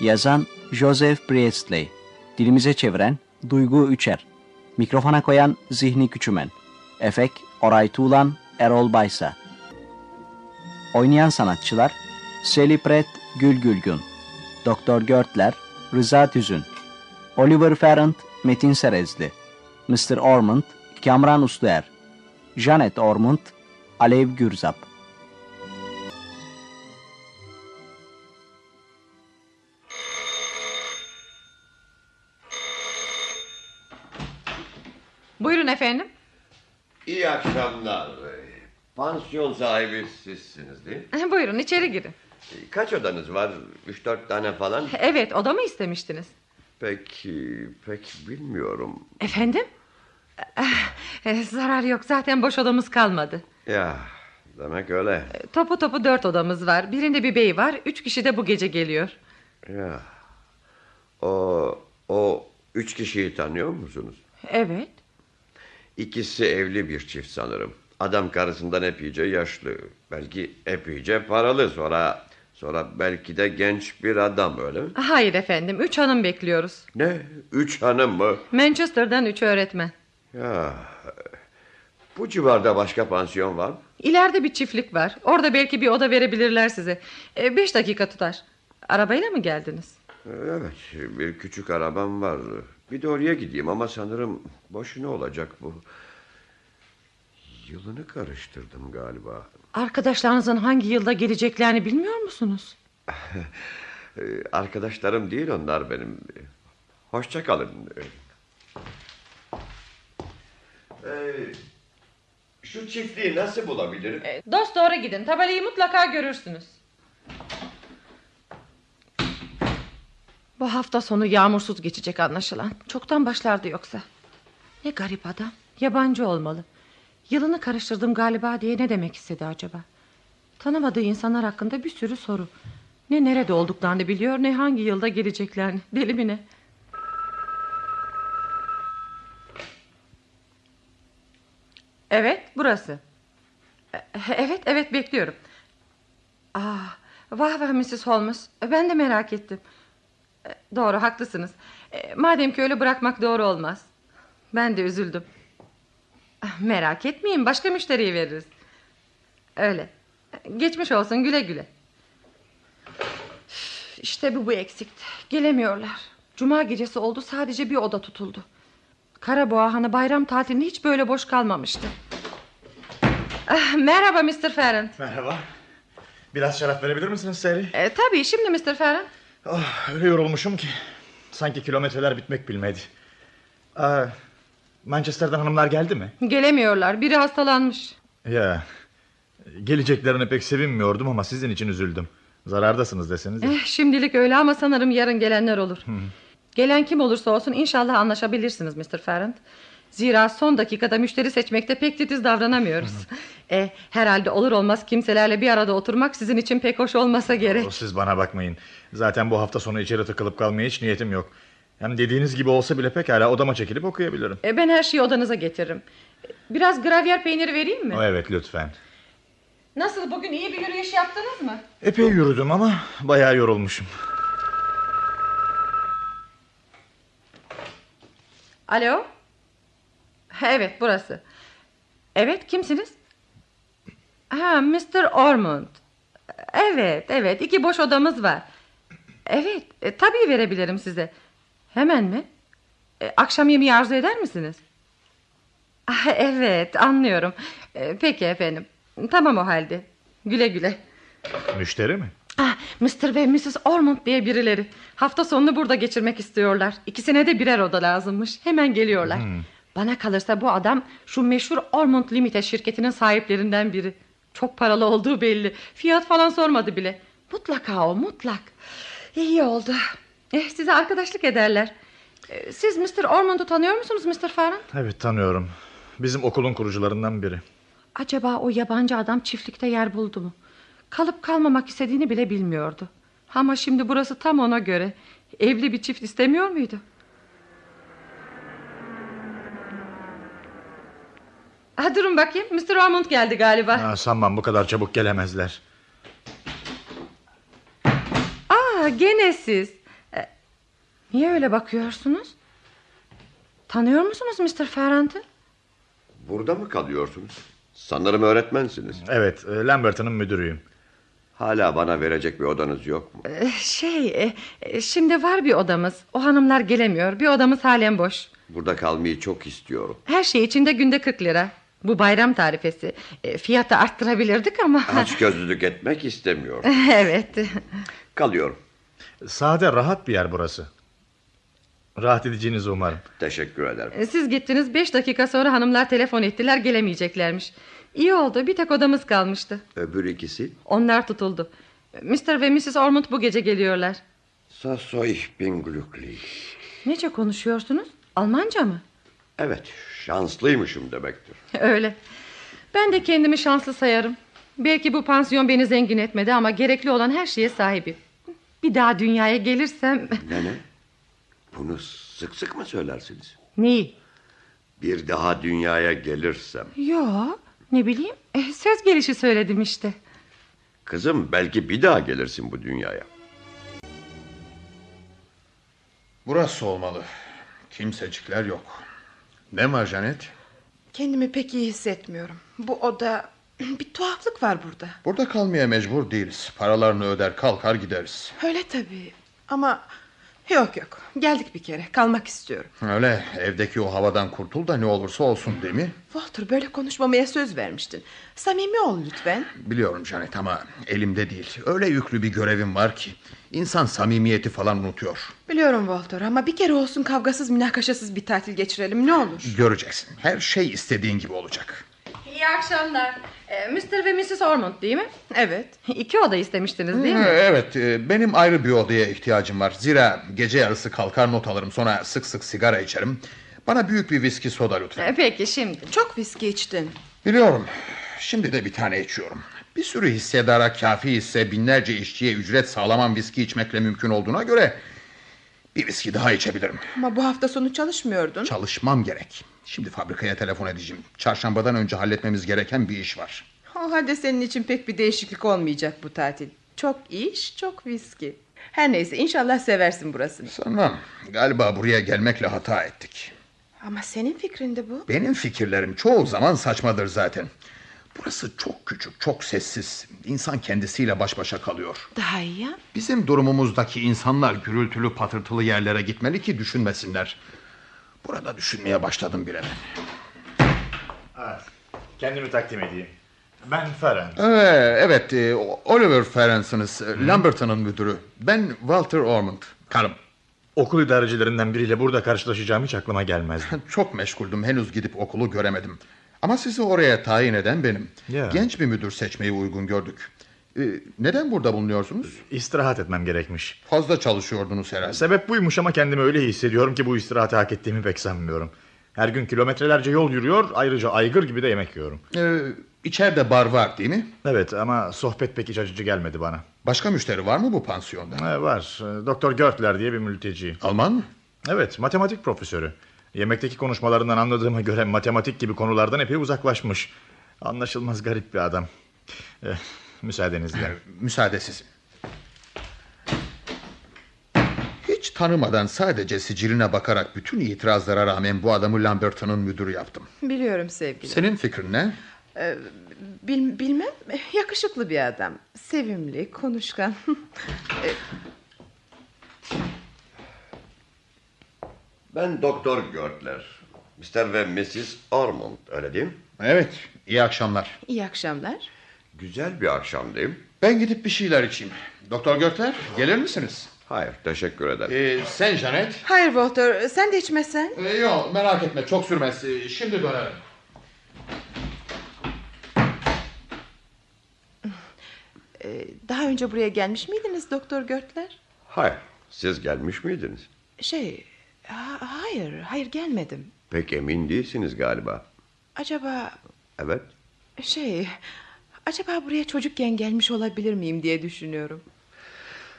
Yazan Joseph Priestley. Dilimize çeviren Duygu Üçer. Mikrofona koyan Zihni Küçümen. Efek Oray Tuğlan, Erol Baysa. Oynayan sanatçılar Selipret Gülgülgün, Doktor Görtler, Rıza Tüzün, Oliver Ferrant, Metin Serezli, Mr. Ormond, Kamran Usluer, Janet Ormond, Alev Gürzap. Buyurun efendim. İyi akşamlar. Pansiyon sahibi sizsiniz değil mi? Ee, Buyurun içeri girin. Kaç odanız var? 3-4 tane falan. Evet oda mı istemiştiniz? Peki, pek bilmiyorum. Efendim? Eh, zarar yok zaten boş odamız kalmadı. Ya, demek öyle. Topu topu dört odamız var. Birinde bir bey var. Üç kişi de bu gece geliyor. Ya. O, o üç kişiyi tanıyor musunuz? Evet. İkisi evli bir çift sanırım. Adam karısından epeyce yaşlı. Belki epeyce paralı sonra... Sonra belki de genç bir adam öyle mi? Hayır efendim üç hanım bekliyoruz. Ne? Üç hanım mı? Manchester'dan üç öğretmen. Ya. Bu civarda başka pansiyon var mı? İleride bir çiftlik var. Orada belki bir oda verebilirler size. Eh, beş dakika tutar. Arabayla mı geldiniz? Evet bir küçük arabam var Bir de oraya gideyim ama sanırım Boşuna olacak bu Yılını karıştırdım galiba Arkadaşlarınızın hangi yılda geleceklerini bilmiyor musunuz? Ee, Arkadaşlarım değil onlar benim Hoşça kalın Ee, Şu çiftliği nasıl bulabilirim Dost doğru gidin. Tabelayı mutlaka görürsünüz. Bu hafta sonu yağmursuz geçecek anlaşılan. Çoktan başlardı yoksa. Ne garip adam. Yabancı olmalı. Yılını karıştırdım galiba diye ne demek istedi acaba? Tanımadığı insanlar hakkında bir sürü soru. Ne nerede olduklarını biliyor ne hangi yılda geleceklerini. Deli mi ne? Evet burası. Evet evet bekliyorum. Aa, vah vah Mrs. Holmes. Ben de merak ettim. E, Doğru haklısınız. E, Madem ki öyle bırakmak doğru olmaz. Ben de üzüldüm. Ah, Merak etmeyin başka müşteriye veririz. Öyle. Geçmiş olsun güle güle. Üf, İşte bu bu eksikti. Gelemiyorlar. Cuma gecesi oldu sadece bir oda tutuldu. Karaboğa Hanı bayram tatilinde hiç böyle boş kalmamıştı. Ah, Merhaba Mr. Ferrant. Merhaba. Biraz şarap verebilir misiniz Sally? E, tabii şimdi Mr. Ferrant. Ah, öyle yorulmuşum ki. Sanki kilometreler bitmek bilmedi. Aa, Manchester'dan hanımlar geldi mi? Gelemiyorlar. Biri hastalanmış. Ya. Geleceklerine pek sevinmiyordum ama sizin için üzüldüm. Zarardasınız deseniz. Eh, şimdilik öyle ama sanırım yarın gelenler olur. Gelen kim olursa olsun inşallah anlaşabilirsiniz Mr. Ferrant. Zira son dakikada müşteri seçmekte pek titiz davranamıyoruz. E, herhalde olur olmaz kimselerle bir arada oturmak sizin için pek hoş olmasa gerek. Oh, Siz bana bakmayın. Zaten bu hafta sonu içeri tıkılıp kalmaya hiç niyetim yok. Hem dediğiniz gibi olsa bile pekala odama çekilip okuyabilirim. E, ben her şeyi odanıza getiririm. Biraz gravyer peyniri vereyim mi? Evet lütfen. Nasıl bugün iyi bir yürüyüş yaptınız mı? Epey yürüdüm ama bayağı yorulmuşum. Alo? Evet burası. Evet kimsiniz? Ha Mr. Ormond. Evet evet iki boş odamız var. Evet e, tabii verebilirim size. Hemen mi? E, akşam yemeği arzu eder misiniz? Ah, evet anlıyorum. E, peki efendim. Tamam o halde. Güle güle. Müşteri mi? Ah, Mr. ve Mrs. Ormond diye birileri. Hafta sonunu burada geçirmek istiyorlar. İkisine de birer oda lazımmış. Hemen geliyorlar. Bana kalırsa bu adam şu meşhur Ormond Limited şirketinin sahiplerinden biri. Çok paralı olduğu belli. Fiyat falan sormadı bile. Mutlaka o mutlak. İyi oldu. Eh, size arkadaşlık ederler. Eh, Siz Mr. Ormond'u tanıyor musunuz Mr. Farran? Evet tanıyorum. Bizim okulun kurucularından biri. Acaba o yabancı adam çiftlikte yer buldu mu? Kalıp kalmamak istediğini bile bilmiyordu. Ama şimdi burası tam ona göre. Evli bir çift istemiyor muydu? Ha, durun bakayım. Mr. Ormond geldi galiba. Ha, sanmam bu kadar çabuk gelemezler. Aa gene siz. E, Niye öyle bakıyorsunuz? Tanıyor musunuz Mr. Ferrant'ı? Burada mı kalıyorsunuz? Sanırım öğretmensiniz. Evet, e, Lamberton'ın müdürüyüm. Hala bana verecek bir odanız yok mu? Ee, Şey, e, e, şimdi var bir odamız. O hanımlar gelemiyor. Bir odamız halen boş. Burada kalmayı çok istiyorum. Her şey içinde günde 40 lira. Bu bayram tarifesi. E, fiyatı arttırabilirdik ama. Aç gözlülük etmek istemiyorum. evet. Kalıyorum. Sade, rahat bir yer burası. Rahat edeceğinizi umarım. Teşekkür ederim. E, Siz gittiniz 5 dakika sonra hanımlar telefon ettiler gelemeyeceklermiş. İyi oldu bir tek odamız kalmıştı. Öbür ikisi Onlar tutuldu. Mr. ve Mrs. Ormond bu gece geliyorlar. So so ich bin glücklich. Nece konuşuyorsunuz? Almanca mı? Evet, şanslıymışım demektir. Öyle. Ben de kendimi şanslı sayarım. Belki bu pansiyon beni zengin etmedi ama gerekli olan her şeye sahibim. Bir daha dünyaya gelirsem... Nene, bunu sık sık mı söylersiniz? Neyi? Bir daha dünyaya gelirsem. Yo, ne bileyim. Eh, söz gelişi söyledim işte. Kızım belki bir daha gelirsin bu dünyaya. Burası olmalı. Kimsecikler yok. Ne var Janet? Kendimi pek iyi hissetmiyorum. Bu oda bir tuhaflık var burada. Burada kalmaya mecbur değiliz. Paralarını öder kalkar gideriz. Öyle tabii. Ama yok yok. Geldik bir kere. Kalmak istiyorum. Öyle evdeki o havadan kurtul da ne olursa olsun değil mi? Walter böyle konuşmamaya söz vermiştin. Samimi ol lütfen. Biliyorum Janet ama elimde değil. Öyle yüklü bir görevim var ki. İnsan samimiyeti falan unutuyor. Biliyorum Walter ama bir kere olsun kavgasız münakaşasız bir tatil geçirelim ne olur. Göreceksin. Her şey istediğin gibi olacak. İyi akşamlar. Ee, Mr. ve Mrs. Ormond değil mi? Evet. İki oda istemiştiniz değil Ee, mi? Evet e, benim ayrı bir odaya ihtiyacım var Zira gece yarısı kalkar not alırım Sonra sık sık sigara içerim Bana büyük bir viski soda lütfen Ee, Peki şimdi. Çok viski içtin. Biliyorum şimdi de bir tane içiyorum Bir sürü hissedara kafi ise Binlerce işçiye ücret sağlamam viski içmekle mümkün olduğuna göre Bir viski daha içebilirim Ama bu hafta sonu çalışmıyordun. Çalışmam gerek Şimdi fabrikaya telefon edeceğim Çarşambadan önce halletmemiz gereken bir iş var o halde senin için pek bir değişiklik olmayacak bu tatil. Çok iş, çok viski. Her neyse inşallah seversin burasını. Sanmam galiba buraya gelmekle hata ettik Ama senin fikrinde bu. Benim fikirlerim çoğu zaman saçmadır zaten. Burası çok küçük, çok sessiz. İnsan kendisiyle baş başa kalıyor. Daha iyi ya. Bizim durumumuzdaki insanlar gürültülü patırtılı yerlere gitmeli ki düşünmesinler. Burada düşünmeye başladım bile ben. Ah, Kendimi takdim edeyim. Ben Ferhan. Ee, evet, e, Oliver Ference'ınız, e, Lamberton'ın müdürü. Ben Walter Ormond, karım. Okul idarecilerinden biriyle burada karşılaşacağım hiç aklıma gelmezdi. Çok meşguldüm, henüz gidip okulu göremedim. Ama sizi oraya tayin eden benim. Ya. Genç bir müdür seçmeyi uygun gördük. Ee, neden burada bulunuyorsunuz? İstirahat etmem gerekmiş. Fazla çalışıyordunuz herhalde. Sebep buymuş ama kendimi öyle iyi hissediyorum ki bu istirahati hak ettiğimi pek sanmıyorum. Her gün kilometrelerce yol yürüyor, ayrıca aygır gibi de yemek yiyorum. Ee, içeride bar var değil mi? Evet ama sohbet pek iç açıcı gelmedi bana. Başka müşteri var mı bu pansiyonda? Ha, var, e, Doktor Görtler diye bir mülteci. Alman mı? Evet, matematik profesörü. Yemekteki konuşmalarından anladığıma göre matematik gibi konulardan epey uzaklaşmış. Anlaşılmaz garip bir adam. Eh, müsaadenizle. Müsaadesiz. Hiç tanımadan sadece siciline bakarak bütün itirazlara rağmen bu adamı Lamberton'un müdürü yaptım. Biliyorum sevgilim. Senin fikrin ne? Bil- bilmem yakışıklı bir adam. Sevimli, konuşkan. Ben Doktor Görtler. Mr. ve Mrs. Ormond öyle değil mi? Evet, iyi akşamlar. İyi akşamlar. Güzel bir akşam değil mi? Ben gidip bir şeyler içeyim. Doktor Gökler, gelir misiniz? Hayır teşekkür ederim. Ee, sen Janet? Hayır Walter sen de içmesen. Ee, yok, merak etme, çok sürmez. Ee, şimdi dönerim. Ee, Daha önce buraya gelmiş miydiniz Doktor Görtler? Hayır siz gelmiş miydiniz? Şey ha- hayır hayır gelmedim. Pek emin değilsiniz galiba. Acaba Evet. şey acaba buraya çocukken gelmiş olabilir miyim diye düşünüyorum.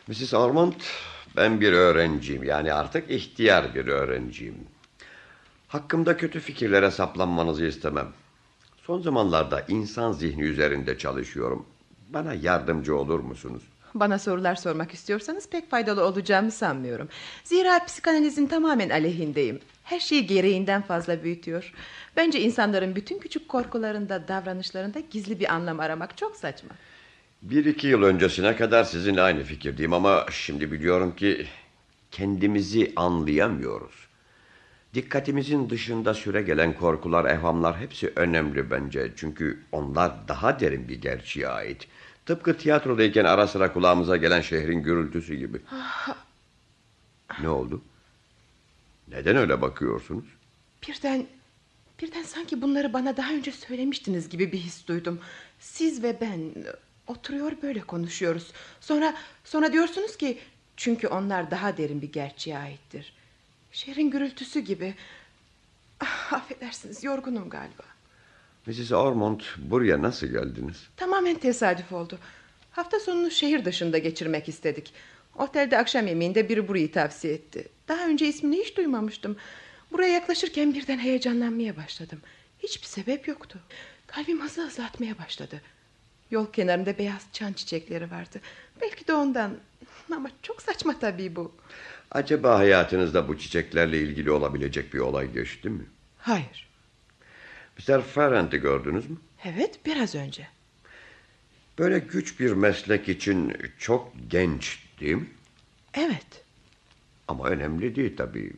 Mrs. Ormond, ben bir öğrenciyim. Yani artık ihtiyar bir öğrenciyim. Hakkımda kötü fikirlere saplanmanızı istemem. Son zamanlarda insan zihni üzerinde çalışıyorum. Bana yardımcı olur musunuz? Bana sorular sormak istiyorsanız pek faydalı olacağımı sanmıyorum. Zira psikanalizin tamamen aleyhindeyim. Her şeyi gereğinden fazla büyütüyor. Bence insanların bütün küçük korkularında, davranışlarında gizli bir anlam aramak çok saçma. Bir iki yıl öncesine kadar sizinle aynı fikirdeyim ama şimdi biliyorum ki kendimizi anlayamıyoruz. Dikkatimizin dışında süre gelen korkular, evhamlar hepsi önemli bence. Çünkü onlar daha derin bir gerçeğe ait. Tıpkı tiyatrodayken ara sıra kulağımıza gelen şehrin gürültüsü gibi. ne oldu? Neden öyle bakıyorsunuz? Birden birden sanki bunları bana daha önce söylemiştiniz gibi bir his duydum. Siz ve ben e, oturuyor böyle konuşuyoruz. Sonra sonra diyorsunuz ki çünkü onlar daha derin bir gerçeğe aittir. Şehrin gürültüsü gibi. Ah, affedersiniz yorgunum galiba. Mrs. Ormond buraya nasıl geldiniz? Tamamen tesadüf oldu. Hafta sonunu şehir dışında geçirmek istedik. Otelde akşam yemeğinde biri burayı tavsiye etti. Daha önce ismini hiç duymamıştım. Buraya yaklaşırken birden heyecanlanmaya başladım. Hiçbir sebep yoktu. Kalbim hızlı hızlı atmaya başladı. Yol kenarında beyaz çan çiçekleri vardı. Belki de ondan. Ama çok saçma tabii bu. Acaba hayatınızda bu çiçeklerle ilgili olabilecek bir olay geçti mi? Hayır. Mr. Ferrant'i gördünüz mü? Evet biraz önce. Böyle güç bir meslek için çok genç değil mi? Evet. Ama önemli değil tabii.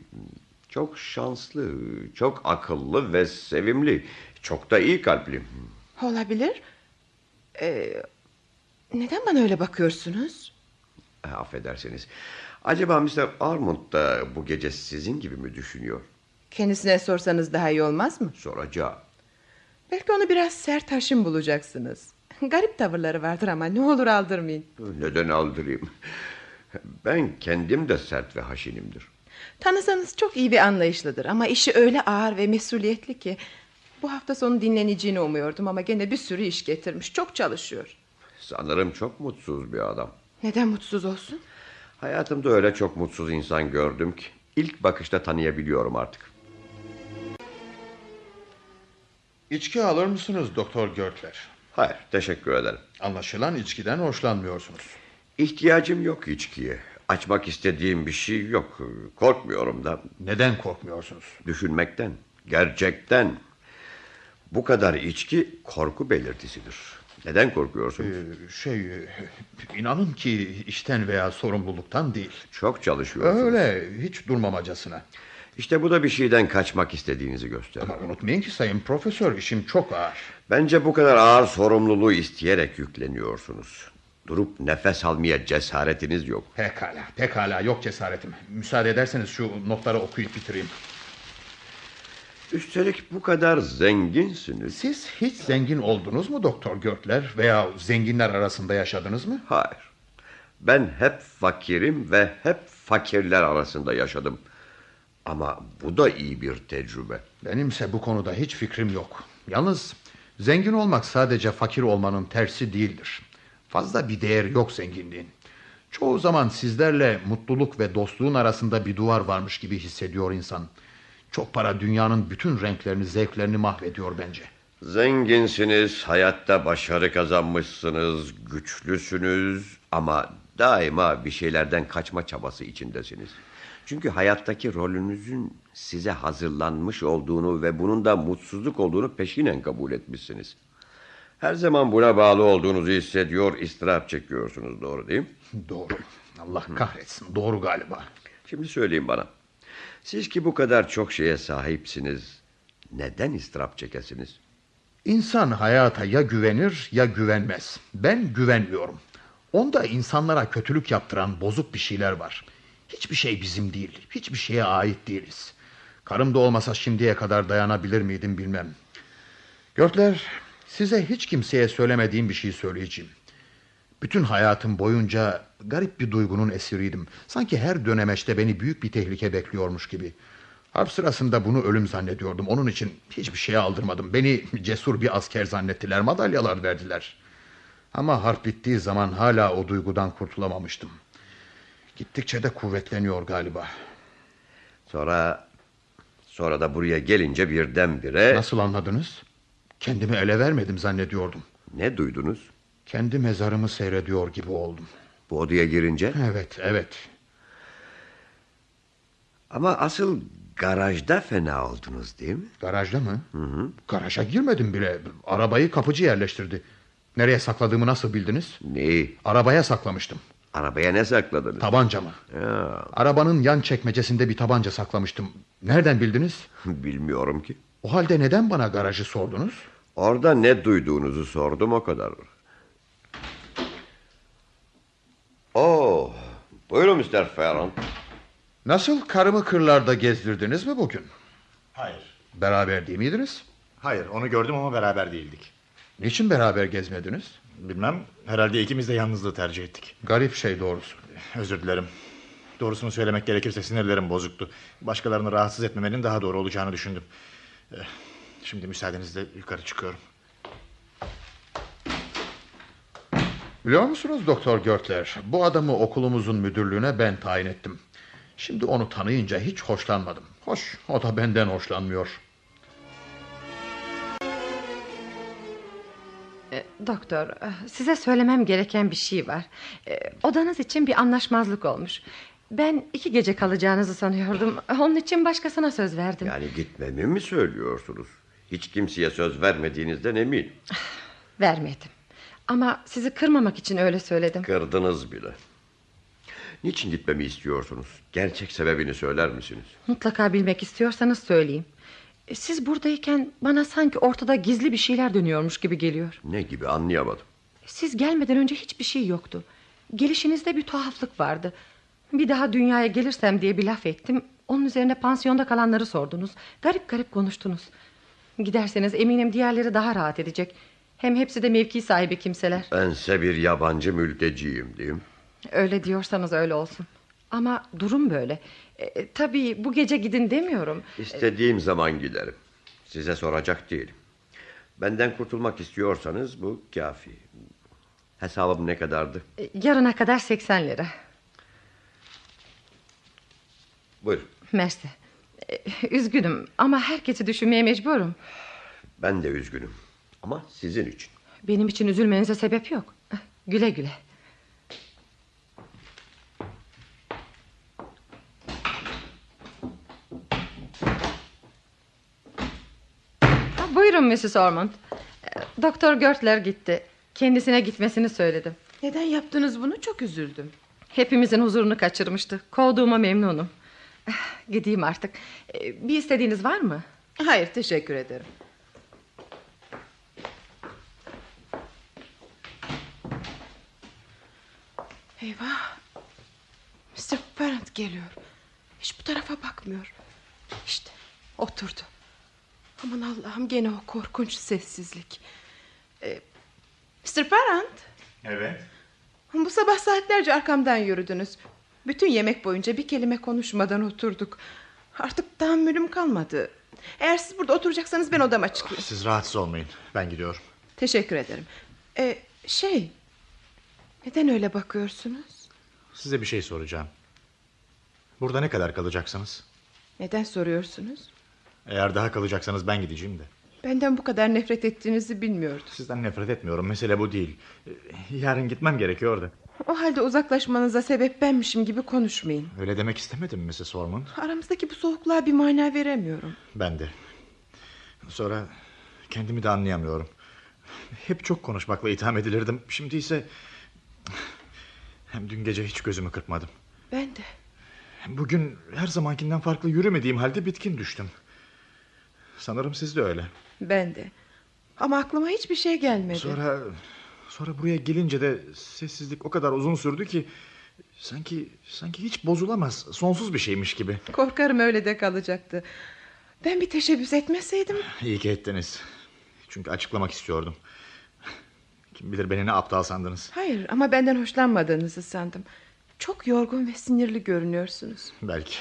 Çok şanslı, çok akıllı ve sevimli. Çok da iyi kalpli. Olabilir. Ee, neden bana öyle bakıyorsunuz? E, Affedersiniz. Acaba Mr. Armond da bu gece sizin gibi mi düşünüyor? Kendisine sorsanız daha iyi olmaz mı? Soracağım. Belki onu biraz sert haşim bulacaksınız. Garip tavırları vardır ama ne olur aldırmayın. Neden aldırayım? Ben kendim de sert ve haşinimdir. Tanısanız çok iyi ve anlayışlıdır ama işi öyle ağır ve mesuliyetli ki... Bu hafta sonu dinleneceğini umuyordum ama gene bir sürü iş getirmiş. Çok çalışıyor. Sanırım çok mutsuz bir adam. Neden mutsuz olsun? Hayatımda öyle çok mutsuz insan gördüm ki ilk bakışta tanıyabiliyorum artık. İçki alır mısınız Doktor Görtler? Hayır, teşekkür ederim. Anlaşılan içkiden hoşlanmıyorsunuz. İhtiyacım yok içkiye. Açmak istediğim bir şey yok. Korkmuyorum da Neden korkmuyorsunuz? düşünmekten, gerçekten. Bu kadar içki korku belirtisidir. Neden korkuyorsunuz? Ee, Şey, e, inanın ki işten veya sorumluluktan değil. Çok çalışıyorsunuz. Öyle, hiç durmamacasına. İşte bu da bir şeyden kaçmak istediğinizi gösterir. Ama unutmayın ki sayın profesör işim çok ağır. Bence bu kadar ağır sorumluluğu isteyerek yükleniyorsunuz. Durup nefes almaya cesaretiniz yok. Pekala, pekala yok cesaretim. Müsaade ederseniz şu notları okuyup bitireyim. Üstelik bu kadar zenginsiniz. Siz hiç zengin oldunuz mu Doktor Görtler veya zenginler arasında yaşadınız mı? Hayır. Ben hep fakirim ve hep fakirler arasında yaşadım. Ama bu da iyi bir tecrübe. Benimse bu konuda hiç fikrim yok. Yalnız zengin olmak sadece fakir olmanın tersi değildir. Fazla bir değer yok zenginliğin. Çoğu zaman sizlerle mutluluk ve dostluğun arasında bir duvar varmış gibi hissediyor insan. Çok para dünyanın bütün renklerini, zevklerini mahvediyor bence. Zenginsiniz, hayatta başarı kazanmışsınız, güçlüsünüz ama daima bir şeylerden kaçma çabası içindesiniz. Çünkü hayattaki rolünüzün size hazırlanmış olduğunu ve bunun da mutsuzluk olduğunu peşinen kabul etmişsiniz. Her zaman buna bağlı olduğunuzu hissediyor, istirap çekiyorsunuz doğru değil mi? Doğru. Allah kahretsin. Doğru galiba. Şimdi söyleyin bana. Siz ki bu kadar çok şeye sahipsiniz, neden istirap çekesiniz? İnsan hayata ya güvenir ya güvenmez. Ben güvenmiyorum. Onda insanlara kötülük yaptıran bozuk bir şeyler var. Hiçbir şey bizim değil. Hiçbir şeye ait değiliz. Karım da olmasa şimdiye kadar dayanabilir miydim bilmem. Görtler, size hiç kimseye söylemediğim bir şey söyleyeceğim. Bütün hayatım boyunca garip bir duygunun esiriydim. Sanki her dönemeçte beni büyük bir tehlike bekliyormuş gibi. Harp sırasında bunu ölüm zannediyordum. Onun için hiçbir şeye aldırmadım. Beni cesur bir asker zannettiler, madalyalar verdiler. Ama harp bittiği zaman hala o duygudan kurtulamamıştım. Gittikçe de kuvvetleniyor galiba. Sonra sonra da buraya gelince birdenbire Nasıl anladınız? Kendimi ele vermedim zannediyordum. ne duydunuz? Kendi mezarımı seyrediyor gibi oldum. Bu odaya girince? Evet, evet. Ama asıl garajda fena oldunuz değil mi? Garajda mı? Garaja girmedim bile. Arabayı kapıcı yerleştirdi. Nereye sakladığımı nasıl bildiniz? Neyi? Arabaya saklamıştım. Arabaya ne sakladınız? Tabancamı. Ya, Arabanın yan çekmecesinde bir tabanca saklamıştım. Nereden bildiniz? bilmiyorum ki. O halde neden bana garajı sordunuz? Orada ne duyduğunuzu sordum o kadar. Oo, Oh, buyurun Mr. Ferron. Nasıl karımı kırlarda gezdirdiniz mi bugün? Hayır. Beraber değil miydiniz? Hayır onu gördüm ama beraber değildik. Niçin beraber gezmediniz? Bilmem herhalde ikimiz de yalnızlığı tercih ettik. Garip şey doğrusu. Özür dilerim. Doğrusunu söylemek gerekirse sinirlerim bozuktu. Başkalarını rahatsız etmemenin daha doğru olacağını düşündüm. Eh, Şimdi müsaadenizle yukarı çıkıyorum. Biliyor musunuz Doktor Görtler? Bu adamı okulumuzun müdürlüğüne ben tayin ettim. Şimdi onu tanıyınca hiç hoşlanmadım. Hoş, o da benden hoşlanmıyor. Doktor, eh, size söylemem gereken bir şey var. Eh, Odanız için bir anlaşmazlık olmuş. Ben iki gece kalacağınızı sanıyordum. Onun için başkasına söz verdim. Yani gitmemi mi söylüyorsunuz? Hiç kimseye söz vermediğinizden emin. Vermedim. Ama sizi kırmamak için öyle söyledim. Kırdınız bile. Niçin gitmemi istiyorsunuz? Gerçek sebebini söyler misiniz? Mutlaka bilmek istiyorsanız söyleyeyim. Eh, Siz buradayken bana sanki ortada gizli bir şeyler dönüyormuş gibi geliyor. Ne gibi anlayamadım. Siz gelmeden önce hiçbir şey yoktu. Gelişinizde bir tuhaflık vardı. Bir daha dünyaya gelirsem diye bir laf ettim. Onun üzerine pansiyonda kalanları sordunuz. Garip garip konuştunuz. Giderseniz eminim diğerleri daha rahat edecek. Hem hepsi de mevki sahibi kimseler. Bense bir yabancı mülteciyim diyeyim. Öyle diyorsanız öyle olsun. Ama durum böyle. E, tabii bu gece gidin demiyorum. İstediğim zaman giderim. Size soracak değilim. Benden kurtulmak istiyorsanız bu kafi. Hesabım ne kadardı? E, yarına kadar 80 lira. Buyurun. Mersi. E, üzgünüm ama herkesi düşünmeye mecburum. Ben de üzgünüm. Ama sizin için. Benim için üzülmenize sebep yok. Güle güle. Ha, Buyurun Mrs. Ormond. Ee, Doktor Görtler gitti. Kendisine gitmesini söyledim. Neden yaptınız bunu çok üzüldüm. Hepimizin huzurunu kaçırmıştı. Kovduğuma memnunum. Eh, Gideyim artık. Ee, Bir istediğiniz var mı? Hayır teşekkür ederim. Eyvah. Mr. Parent geliyor. Hiç bu tarafa bakmıyor. İşte oturdu. Aman Allah'ım gene o korkunç sessizlik. Ee, Mr. Parent Evet. bu sabah saatlerce arkamdan yürüdünüz. Bütün yemek boyunca bir kelime konuşmadan oturduk. Artık tahammülüm kalmadı. Eğer siz burada oturacaksanız ben odama çıkayım. Siz rahatsız olmayın. Ben gidiyorum. Teşekkür ederim. Ee, şey, neden öyle bakıyorsunuz? Size bir şey soracağım. Burada ne kadar kalacaksınız? Neden soruyorsunuz? Eğer daha kalacaksanız ben gideceğim de. Benden bu kadar nefret ettiğinizi bilmiyordum. Sizden nefret etmiyorum. Mesele bu değil. Ee, Yarın gitmem gerekiyor da. O halde uzaklaşmanıza sebep benmişim gibi konuşmayın. Öyle demek istemedim Mrs. Ormond. Aramızdaki bu soğukluğa bir mana veremiyorum. Ben de. Sonra kendimi de anlayamıyorum. Hep çok konuşmakla itham edilirdim. Şimdi ise... Hem dün gece hiç gözümü kırpmadım. Ben de. Bugün her zamankinden farklı yürümediğim halde bitkin düştüm. Sanırım siz de öyle. Ben de. Ama aklıma hiçbir şey gelmedi. Sonra sonra buraya gelince de sessizlik o kadar uzun sürdü ki sanki sanki hiç bozulamaz, sonsuz bir şeymiş gibi. Korkarım öyle de kalacaktı. Ben bir teşebbüs etmeseydim İyi ki ettiniz. Çünkü açıklamak istiyordum. Kim bilir beni ne aptal sandınız. Hayır ama benden hoşlanmadığınızı sandım. Çok yorgun ve sinirli görünüyorsunuz. Belki.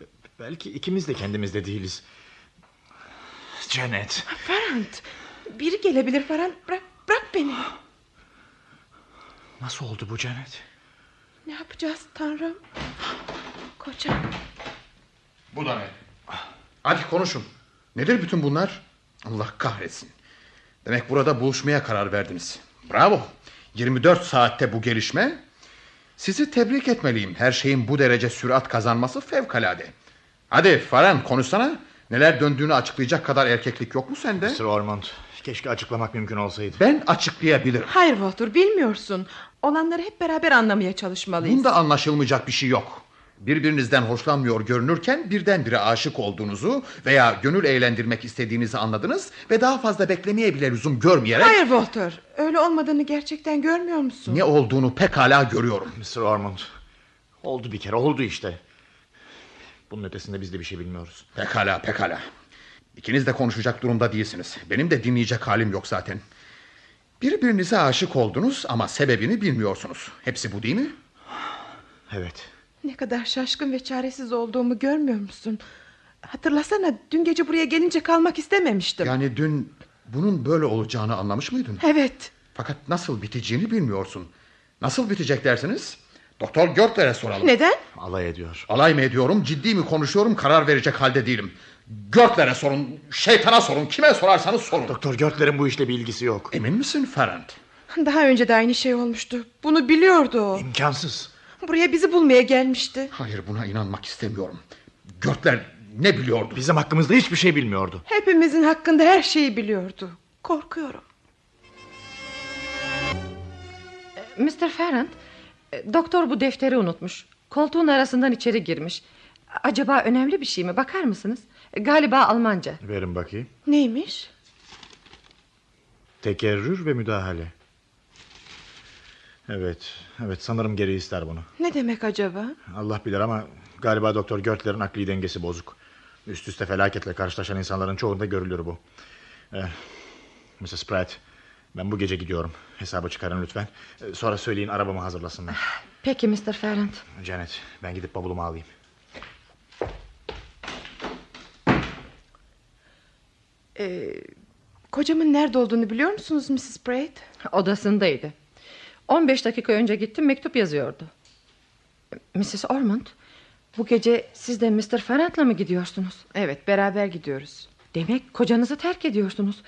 Be- Belki ikimiz de kendimizde değiliz. Janet. Ferhat, biri gelebilir Ferhat. Bırak, bırak beni. Nasıl oldu bu Janet? Ne yapacağız Tanrım? Kocam. Bu da ne? Hadi konuşun. Nedir bütün bunlar? Allah kahretsin. Demek burada buluşmaya karar verdiniz. Bravo. 24 saatte bu gelişme. Sizi tebrik etmeliyim. Her şeyin bu derece sürat kazanması fevkalade. Hadi Faran konuşsana. Neler döndüğünü açıklayacak kadar erkeklik yok mu sende? Mr. Ormond keşke açıklamak mümkün olsaydı. Ben açıklayabilirim. Hayır Walter bilmiyorsun. Olanları hep beraber anlamaya çalışmalıyız. Bunda anlaşılmayacak bir şey yok. Birbirinizden hoşlanmıyor görünürken birdenbire aşık olduğunuzu veya gönül eğlendirmek istediğinizi anladınız ve daha fazla beklemeye bile lüzum görmeyerek Hayır Walter öyle olmadığını gerçekten görmüyor musun? ne olduğunu pekala görüyorum. Mr. Ormond oldu bir kere oldu işte. Bunun ötesinde biz de bir şey bilmiyoruz. Pekala pekala. İkiniz de konuşacak durumda değilsiniz. Benim de dinleyecek halim yok zaten. Birbirinize aşık oldunuz ama sebebini bilmiyorsunuz. Hepsi bu değil mi? Evet. Ne kadar şaşkın ve çaresiz olduğumu görmüyor musun? Hatırlasana dün gece buraya gelince kalmak istememiştim. Yani dün bunun böyle olacağını anlamış mıydın? Evet Fakat nasıl biteceğini bilmiyorsun. Nasıl bitecek dersiniz? Doktor Görtler'e soralım. neden? Alay ediyor. Alay mı ediyorum, ciddi mi konuşuyorum karar verecek halde değilim. Görtler'e sorun, şeytana sorun, kime sorarsanız sorun. Doktor Görtler'in bu işle bir ilgisi yok. E, Emin misin Ferrand? Daha önce de aynı şey olmuştu. Bunu biliyordu o. İmkansız. Buraya bizi bulmaya gelmişti. Hayır buna inanmak istemiyorum. Görtler ne biliyordu? Bizim hakkımızda hiçbir şey bilmiyordu. Hepimizin hakkında her şeyi biliyordu. Korkuyorum. Mr. Ferrand, e, doktor bu defteri unutmuş. Koltuğun arasından içeri girmiş. Acaba önemli bir şey mi? Bakar mısınız? E, Galiba Almanca. Verin bakayım. Neymiş? Tekerrür ve müdahale. Evet, evet sanırım geri ister bunu. Ne demek acaba? Allah bilir ama galiba Doktor Görtler'in akli dengesi bozuk. Üst üste felaketle karşılaşan insanların çoğunda görülür bu. Eh, Mrs. Pratt, ben bu gece gidiyorum. Hesabı çıkarın lütfen. Eh, Sonra söyleyin arabamı hazırlasınlar. Peki Mr. Ferrand. Janet, ben gidip bavulumu alayım. Kocamın nerede olduğunu biliyor musunuz Mrs. Braid? Odasındaydı. 15 dakika önce gittim mektup yazıyordu. Mrs. Ormond, bu gece siz de Mr. Ferrand'la mı gidiyorsunuz? Evet beraber gidiyoruz. Demek kocanızı terk ediyorsunuz.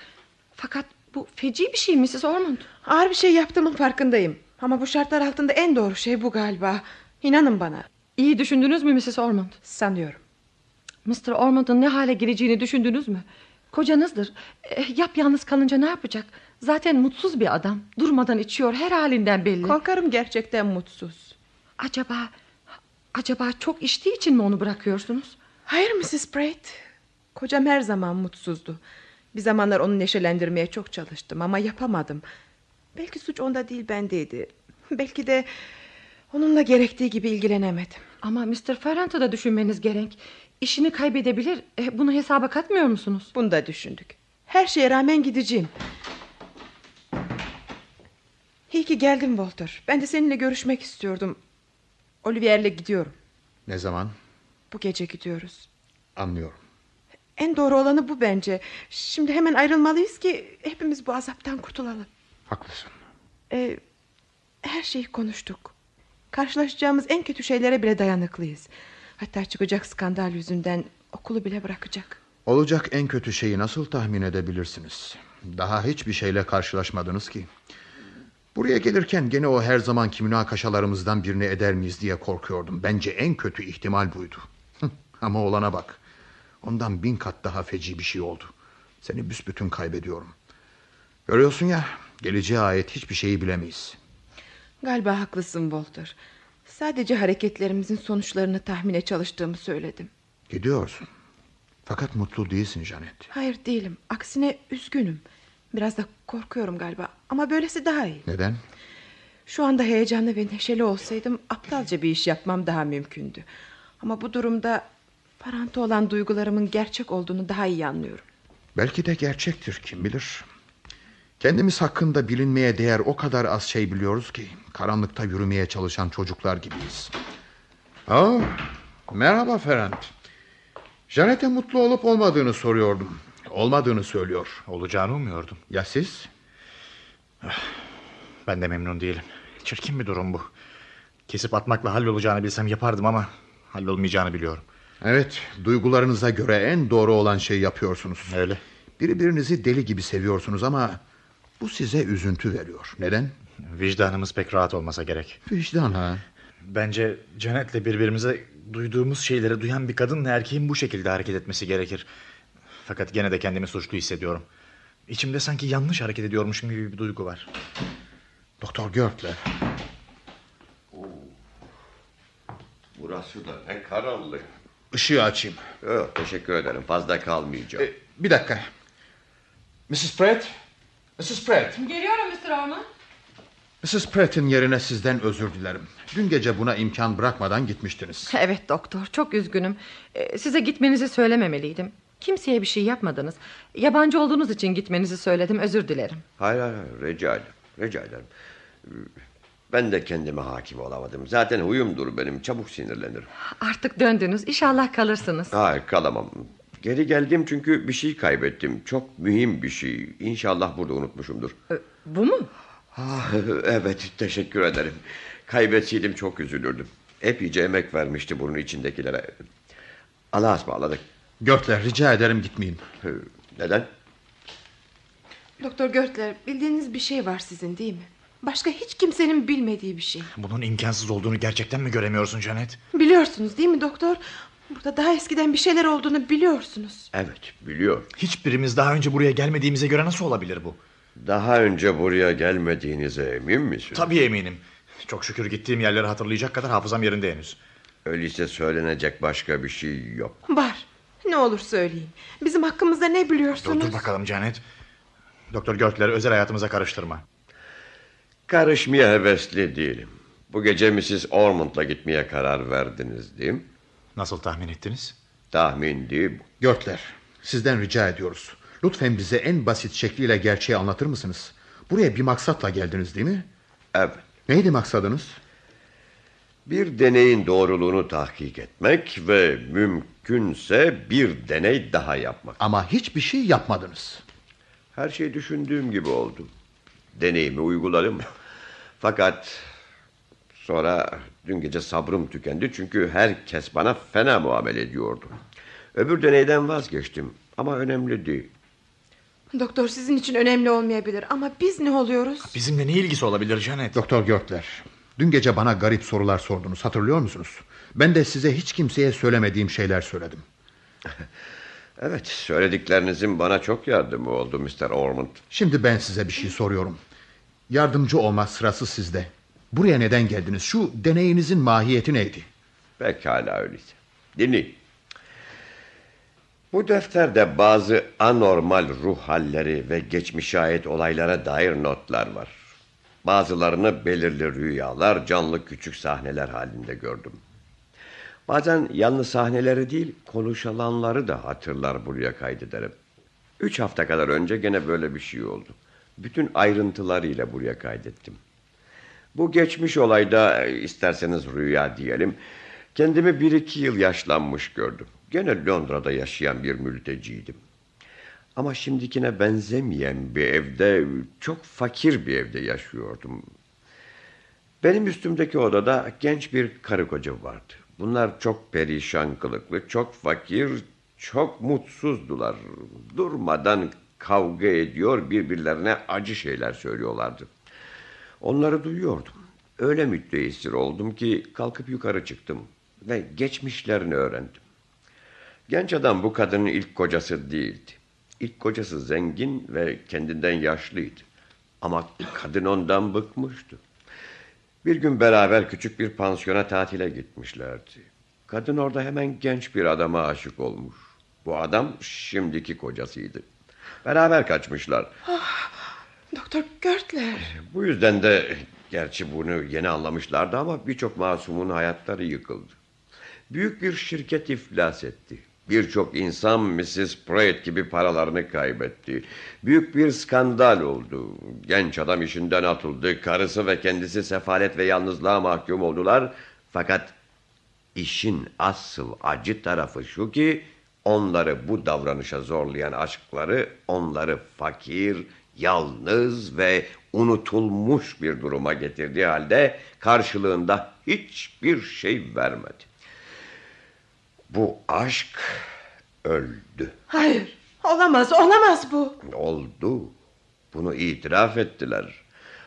Fakat bu feci bir şey Mrs. Ormond. Ağır bir şey yaptığımın farkındayım. Ama bu şartlar altında en doğru şey bu galiba. İnanın bana. İyi düşündünüz mü Mrs. Ormond? Sanıyorum. Mr. Ormond'un ne hale geleceğini düşündünüz mü? Kocanızdır. E, yap yalnız kalınca ne yapacak? Zaten mutsuz bir adam. Durmadan içiyor her halinden belli. Korkarım gerçekten mutsuz. acaba acaba çok içtiği için mi onu bırakıyorsunuz? Hayır Mrs. Braid. Kocam her zaman mutsuzdu. Bir zamanlar onu neşelendirmeye çok çalıştım ama yapamadım. Belki suç onda değil bendeydi. Belki de onunla gerektiği gibi ilgilenemedim. Ama Mr. Ferrant'ı da düşünmeniz gerek. İşini kaybedebilir. E, bunu hesaba katmıyor musunuz? Bunu da düşündük. Her şeye rağmen gideceğim. İyi ki geldin Walter. Ben de seninle görüşmek istiyordum. Olivier'le gidiyorum. Ne zaman? Bu gece gidiyoruz. Anlıyorum. En doğru olanı bu bence. Şimdi hemen ayrılmalıyız ki hepimiz bu azaptan kurtulalım. Haklısın. Ee, her şeyi konuştuk. Karşılaşacağımız en kötü şeylere bile dayanıklıyız. Hatta çıkacak skandal yüzünden okulu bile bırakacak. Olacak en kötü şeyi nasıl tahmin edebilirsiniz? Daha hiçbir şeyle karşılaşmadınız ki. Buraya gelirken gene o her zamanki münakaşalarımızdan birini eder miyiz diye korkuyordum. Bence en kötü ihtimal buydu. Hıh, Ama olana bak. Ondan bin kat daha feci bir şey oldu. Seni büsbütün kaybediyorum. Görüyorsun ya, geleceğe ait hiçbir şeyi bilemeyiz. Galiba haklısın Walter. Sadece hareketlerimizin sonuçlarını tahmine çalıştığımı söyledim. Gidiyorsun. Fakat mutlu değilsin Janet. Hayır değilim. Aksine üzgünüm. Biraz da korkuyorum galiba. Ama böylesi daha iyi. Neden? Şu anda heyecanlı ve neşeli olsaydım aptalca bir iş yapmam daha mümkündü. Ama bu durumda parantı olan duygularımın gerçek olduğunu daha iyi anlıyorum. Belki de gerçektir kim bilir. Kendimiz hakkında bilinmeye değer o kadar az şey biliyoruz ki karanlıkta yürümeye çalışan çocuklar gibiyiz. Oh, merhaba Ferhat. Janet'e mutlu olup olmadığını soruyordum. Olmadığını söylüyor. Olacağını umuyordum. Ya siz? Ben de memnun değilim. Çirkin bir durum bu. Kesip atmakla hallolacağını bilsem yapardım ama hallolmayacağını biliyorum. Evet, duygularınıza göre en doğru olan şeyi şey yapıyorsunuz. Öyle. Birbirinizi deli gibi seviyorsunuz ama Bu size üzüntü veriyor. Neden? Vicdanımız pek rahat olmasa gerek. Vicdan ha. Bence Cennet'le birbirimize duyduğumuz şeyleri duyan bir kadınla erkeğin bu şekilde hareket etmesi gerekir. Fakat gene de kendimi suçlu hissediyorum. İçimde sanki yanlış hareket ediyormuşum gibi bir duygu var. Doktor Görtle. Burası da ne karanlık. Işığı açayım. Yok Öh, teşekkür ederim fazla kalmayacağım. E, bir dakika. Mrs. Pratt. Mrs. Pratt. Geliyorum Mr. Ormond. Mrs. Pratt'in yerine sizden özür dilerim. Dün gece buna imkan bırakmadan gitmiştiniz. Evet doktor çok üzgünüm. Ee, Size gitmenizi söylememeliydim. Kimseye bir şey yapmadınız. Yabancı olduğunuz için gitmenizi söyledim özür dilerim. Hayır hayır hayır, rica ederim. Rica ederim. Ben de kendime hakim olamadım. Zaten huyumdur benim çabuk sinirlenirim. Artık döndünüz inşallah kalırsınız. Hayır kalamam. Geri geldim çünkü bir şey kaybettim. Çok mühim bir şey. İnşallah burada unutmuşumdur. Ee, Bu mu? Ah, evet teşekkür ederim. Kaybetseydim çok üzülürdüm. Epeyce emek vermişti bunun içindekilere. Allah'a ısmarladık. Görtle rica ederim gitmeyin. Ee, Neden? Doktor Görtler bildiğiniz bir şey var sizin değil mi? Başka hiç kimsenin bilmediği bir şey. Bunun imkansız olduğunu gerçekten mi göremiyorsun Cennet? Biliyorsunuz değil mi doktor? Burada daha eskiden bir şeyler olduğunu biliyorsunuz. Evet biliyor. Hiçbirimiz daha önce buraya gelmediğimize göre nasıl olabilir bu? Daha önce buraya gelmediğinize emin misin? Tabii eminim. Çok şükür gittiğim yerleri hatırlayacak kadar hafızam yerinde henüz. Öyleyse söylenecek başka bir şey yok. Var. Ne olur söyleyin. Bizim hakkımızda ne Dur, biliyorsunuz? dur bakalım Cennet. Doktor Görtler'i özel hayatımıza karıştırma. Karışmaya hevesli değilim. Bu gece Mrs. Ormond'la gitmeye karar verdiniz değil mi? Nasıl tahmin ettiniz? Tahmin değil bu. Görtler, sizden rica ediyoruz. Lütfen bize en basit şekliyle gerçeği anlatır mısınız? Buraya bir maksatla geldiniz değil mi? Evet. Neydi maksadınız? Bir deneyin doğruluğunu tahkik etmek ve mümkünse bir deney daha yapmak. Ama hiçbir şey yapmadınız. Her şey düşündüğüm gibi oldu. Deneyimi uygularım. Fakat sonra dün gece sabrım tükendi çünkü herkes bana fena muamele ediyordu. Öbür deneyden vazgeçtim ama önemli değil. Doktor sizin için önemli olmayabilir ama biz ne oluyoruz? Bizimle ne ilgisi olabilir Cennet? Doktor Görtler, dün gece bana garip sorular sordunuz hatırlıyor musunuz? Ben de size hiç kimseye söylemediğim şeyler söyledim. Evet, söylediklerinizin bana çok yardımı oldu Mr. Ormond. Şimdi ben size bir şey soruyorum. Yardımcı olma sırası sizde. Buraya neden geldiniz? Şu deneyinizin mahiyeti neydi? Pekala öyleyse. Dinleyin. Bu defterde bazı anormal ruh halleri ve geçmişe ait olaylara dair notlar var. Bazılarını belirli rüyalar, canlı küçük sahneler halinde gördüm. Bazen yalnız sahneleri değil, konuşulanları da hatırlar buraya kaydederim. Üç hafta kadar önce gene böyle bir şey oldu. Bütün ayrıntılarıyla buraya kaydettim. Bu geçmiş olayda e, isterseniz rüya diyelim. Kendimi bir iki yıl yaşlanmış gördüm. Gene Londra'da yaşayan bir mülteciydim. Ama şimdikine benzemeyen bir evde, çok fakir bir evde yaşıyordum. Benim üstümdeki odada genç bir karı koca vardı. Bunlar çok perişan kılıklı, çok fakir, çok mutsuzdular. Durmadan kavga ediyor, birbirlerine acı şeyler söylüyorlardı. Onları duyuyordum. Öyle müddesir oldum ki kalkıp yukarı çıktım ve geçmişlerini öğrendim. Genç adam bu kadının ilk kocası değildi. İlk kocası zengin ve kendinden yaşlıydı. Ama kadın ondan bıkmıştı. Bir gün beraber küçük bir pansiyona tatile gitmişlerdi. Kadın orada hemen genç bir adama aşık olmuş. Bu adam şimdiki kocasıydı. Beraber kaçmışlar. Doktor Görtler. Bu yüzden de gerçi bunu yeni anlamışlardı ama birçok masumun hayatları yıkıldı. Büyük bir şirket iflas etti. Birçok insan Mrs. Pratt gibi paralarını kaybetti. Büyük bir skandal oldu. Genç adam işinden atıldı. Karısı ve kendisi sefalet ve yalnızlığa mahkum oldular. Fakat işin asıl acı tarafı şu ki onları bu davranışa zorlayan aşkları onları fakir, yalnız ve unutulmuş bir duruma getirdiği halde karşılığında hiçbir şey vermedi. Bu aşk öldü. Hayır. Olamaz, olamaz bu. Oldu. Bunu itiraf ettiler.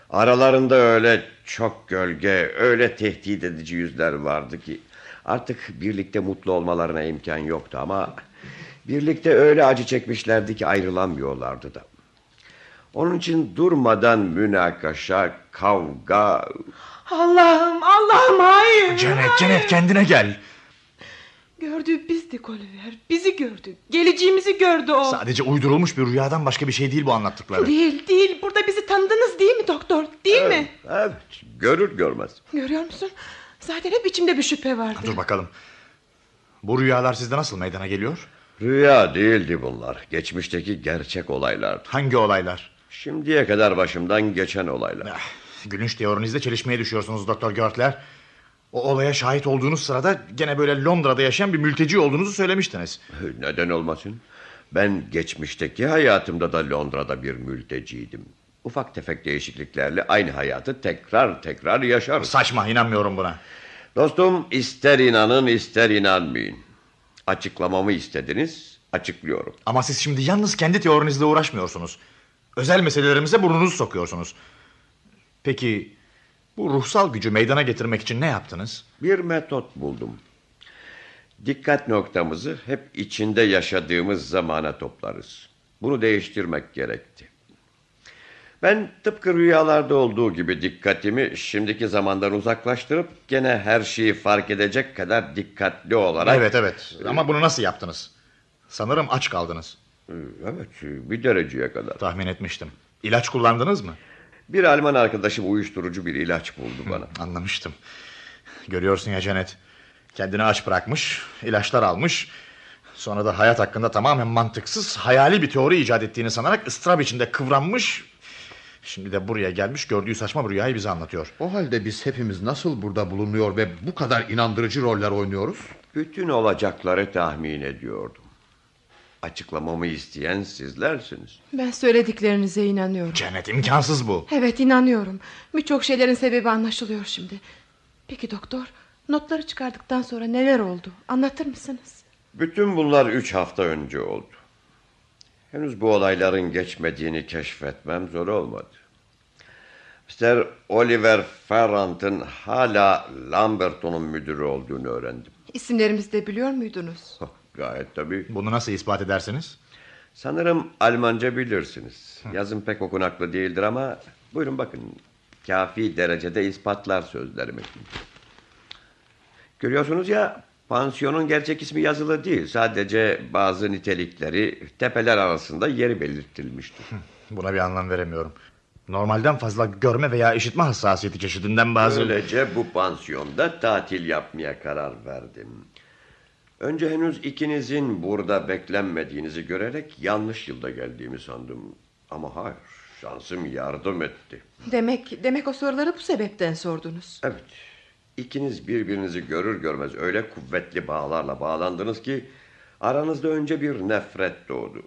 Aralarında öyle çok gölge, öyle tehdit edici yüzler vardı ki artık birlikte mutlu olmalarına imkan yoktu ama birlikte öyle acı çekmişlerdi ki ayrılamıyorlardı da. Onun için durmadan münakaşa, kavga, Allah'ım Allah'ım hayır. Cennet, Cennet kendine gel. Gördü bizdik Oliver. Bizi gördü. Geleceğimizi gördü o. Sadece uydurulmuş bir rüyadan başka bir şey değil bu anlattıkları. Değil değil. Burada bizi tanıdınız değil mi doktor? Değil mi? evet görür görmez. Görüyor musun? Zaten hep içimde bir şüphe vardı. Dur bakalım. Bu rüyalar sizde nasıl meydana geliyor? Rüya değildi bunlar. Geçmişteki gerçek olaylardı. Hangi olaylar? Şimdiye kadar başımdan geçen olaylar. Ah, Gülünç teorinizde çelişmeye düşüyorsunuz Doktor Görtler. O olaya şahit olduğunuz sırada gene böyle Londra'da yaşayan bir mülteci olduğunuzu söylemiştiniz. Neden olmasın? Ben geçmişteki hayatımda da Londra'da bir mülteciydim. Ufak tefek değişikliklerle aynı hayatı tekrar tekrar yaşarız. Saçma inanmıyorum buna. Dostum ister inanın ister inanmayın. Açıklamamı istediniz, açıklıyorum. Ama siz şimdi yalnız kendi teorinizle uğraşmıyorsunuz. Özel meselelerimize burnunuzu sokuyorsunuz. Peki bu ruhsal gücü meydana getirmek için ne yaptınız? Bir metot buldum. Dikkat noktamızı hep içinde yaşadığımız zamana toplarız. Bunu değiştirmek gerekti. Ben tıpkı rüyalarda olduğu gibi dikkatimi şimdiki zamandan uzaklaştırıp gene her şeyi fark edecek kadar dikkatli olarak... Evet evet ama bunu nasıl yaptınız? Sanırım aç kaldınız. Ee, Evet bir dereceye kadar. Tahmin etmiştim. İlaç kullandınız mı? Bir Alman arkadaşım uyuşturucu bir ilaç buldu bana. Anlamıştım. Görüyorsun ya Cennet. Kendini aç bırakmış, ilaçlar almış. Sonra da hayat hakkında tamamen mantıksız, hayali bir teori icat ettiğini sanarak ıstırap içinde kıvranmış. Şimdi de buraya gelmiş, gördüğü saçma bir rüyayı bize anlatıyor. O halde biz hepimiz nasıl burada bulunuyor ve bu kadar inandırıcı roller oynuyoruz? Bütün olacakları tahmin ediyordum. Açıklamamı isteyen sizlersiniz. Ben söylediklerinize inanıyorum. Cennet imkansız bu. Evet inanıyorum. Birçok şeylerin sebebi anlaşılıyor şimdi. Peki doktor, notları çıkardıktan sonra neler oldu? Anlatır mısınız? Bütün bunlar üç hafta önce oldu. Henüz bu olayların geçmediğini keşfetmem zor olmadı. Mr. Oliver Ferrant'ın hala Lamberton'un müdürü olduğunu öğrendim. İsimlerimizi de biliyor muydunuz? Hah, Gayet tabii. Bunu nasıl ispat edersiniz? Sanırım Almanca bilirsiniz. Yazın pek okunaklı değildir ama buyurun bakın. Kafi derecede ispatlar sözlerimi. Görüyorsunuz ya pansiyonun gerçek ismi yazılı değil. Sadece bazı nitelikleri tepeler arasında yeri belirtilmiştir. Buna bir anlam veremiyorum. Normalden fazla görme veya işitme hassasiyeti çeşidinden bazı... Böylece bu pansiyonda tatil yapmaya karar verdim. Önce henüz ikinizin burada beklenmediğinizi görerek yanlış yılda geldiğimi sandım. Ama hayır, şansım yardım etti. Demek demek o soruları bu sebepten sordunuz. Evet, ikiniz birbirinizi görür görmez öyle kuvvetli bağlarla bağlandınız ki... ...aranızda önce bir nefret doğdu.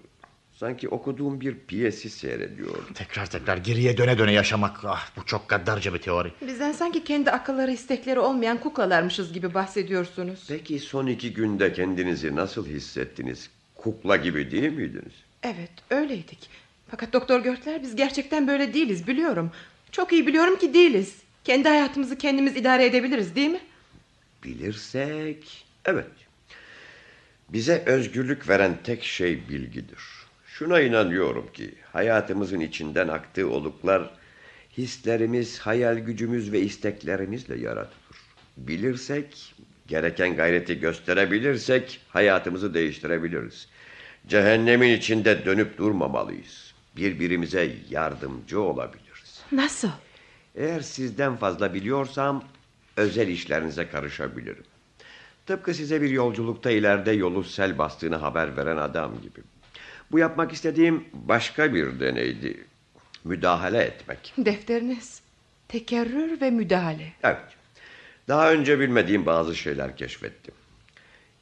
Sanki okuduğum bir piyesi seyrediyordum. Tekrar tekrar geriye döne döne yaşamak. Ah, bu çok gaddarca bir teori. Bizden sanki kendi akılları istekleri olmayan kuklalarmışız gibi bahsediyorsunuz. Peki son iki günde kendinizi nasıl hissettiniz? Kukla gibi değil miydiniz? Evet öyleydik. Fakat doktor Görtler biz gerçekten böyle değiliz biliyorum. Çok iyi biliyorum ki değiliz. Kendi hayatımızı kendimiz idare edebiliriz değil mi? Bilirsek evet. Bize özgürlük veren tek şey bilgidir. Şuna inanıyorum ki hayatımızın içinden aktığı oluklar hislerimiz, hayal gücümüz ve isteklerimizle yaratılır. Bilirsek, gereken gayreti gösterebilirsek hayatımızı değiştirebiliriz. Cehennemin içinde dönüp durmamalıyız. Birbirimize yardımcı olabiliriz. Nasıl? Eğer sizden fazla biliyorsam özel işlerinize karışabilirim. Tıpkı size bir yolculukta ileride yolu sel bastığını haber veren adam gibi. Bu yapmak istediğim başka bir deneydi. Müdahale etmek. Defteriniz. Tekerrür ve müdahale. Evet. Daha önce bilmediğim bazı şeyler keşfettim.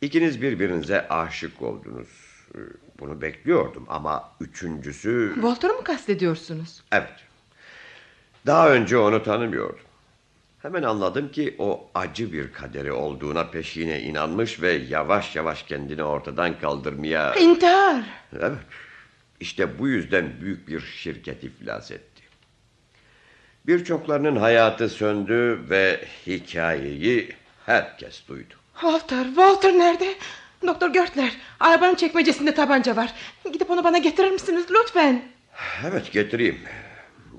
İkiniz birbirinize aşık oldunuz. Ee, Bunu bekliyordum ama üçüncüsü... Walter'ı mı kastediyorsunuz? Evet. Daha önce onu tanımıyordum. Hemen anladım ki o acı bir kaderi olduğuna peşine inanmış ve yavaş yavaş kendini ortadan kaldırmaya... İntihar. Evet. İşte bu yüzden büyük bir şirket iflas etti. Birçoklarının hayatı söndü ve hikayeyi herkes duydu. Walter, Walter nerede? Doktor Görtler, arabanın çekmecesinde tabanca var. Gidip onu bana getirir misiniz lütfen? Evet getireyim.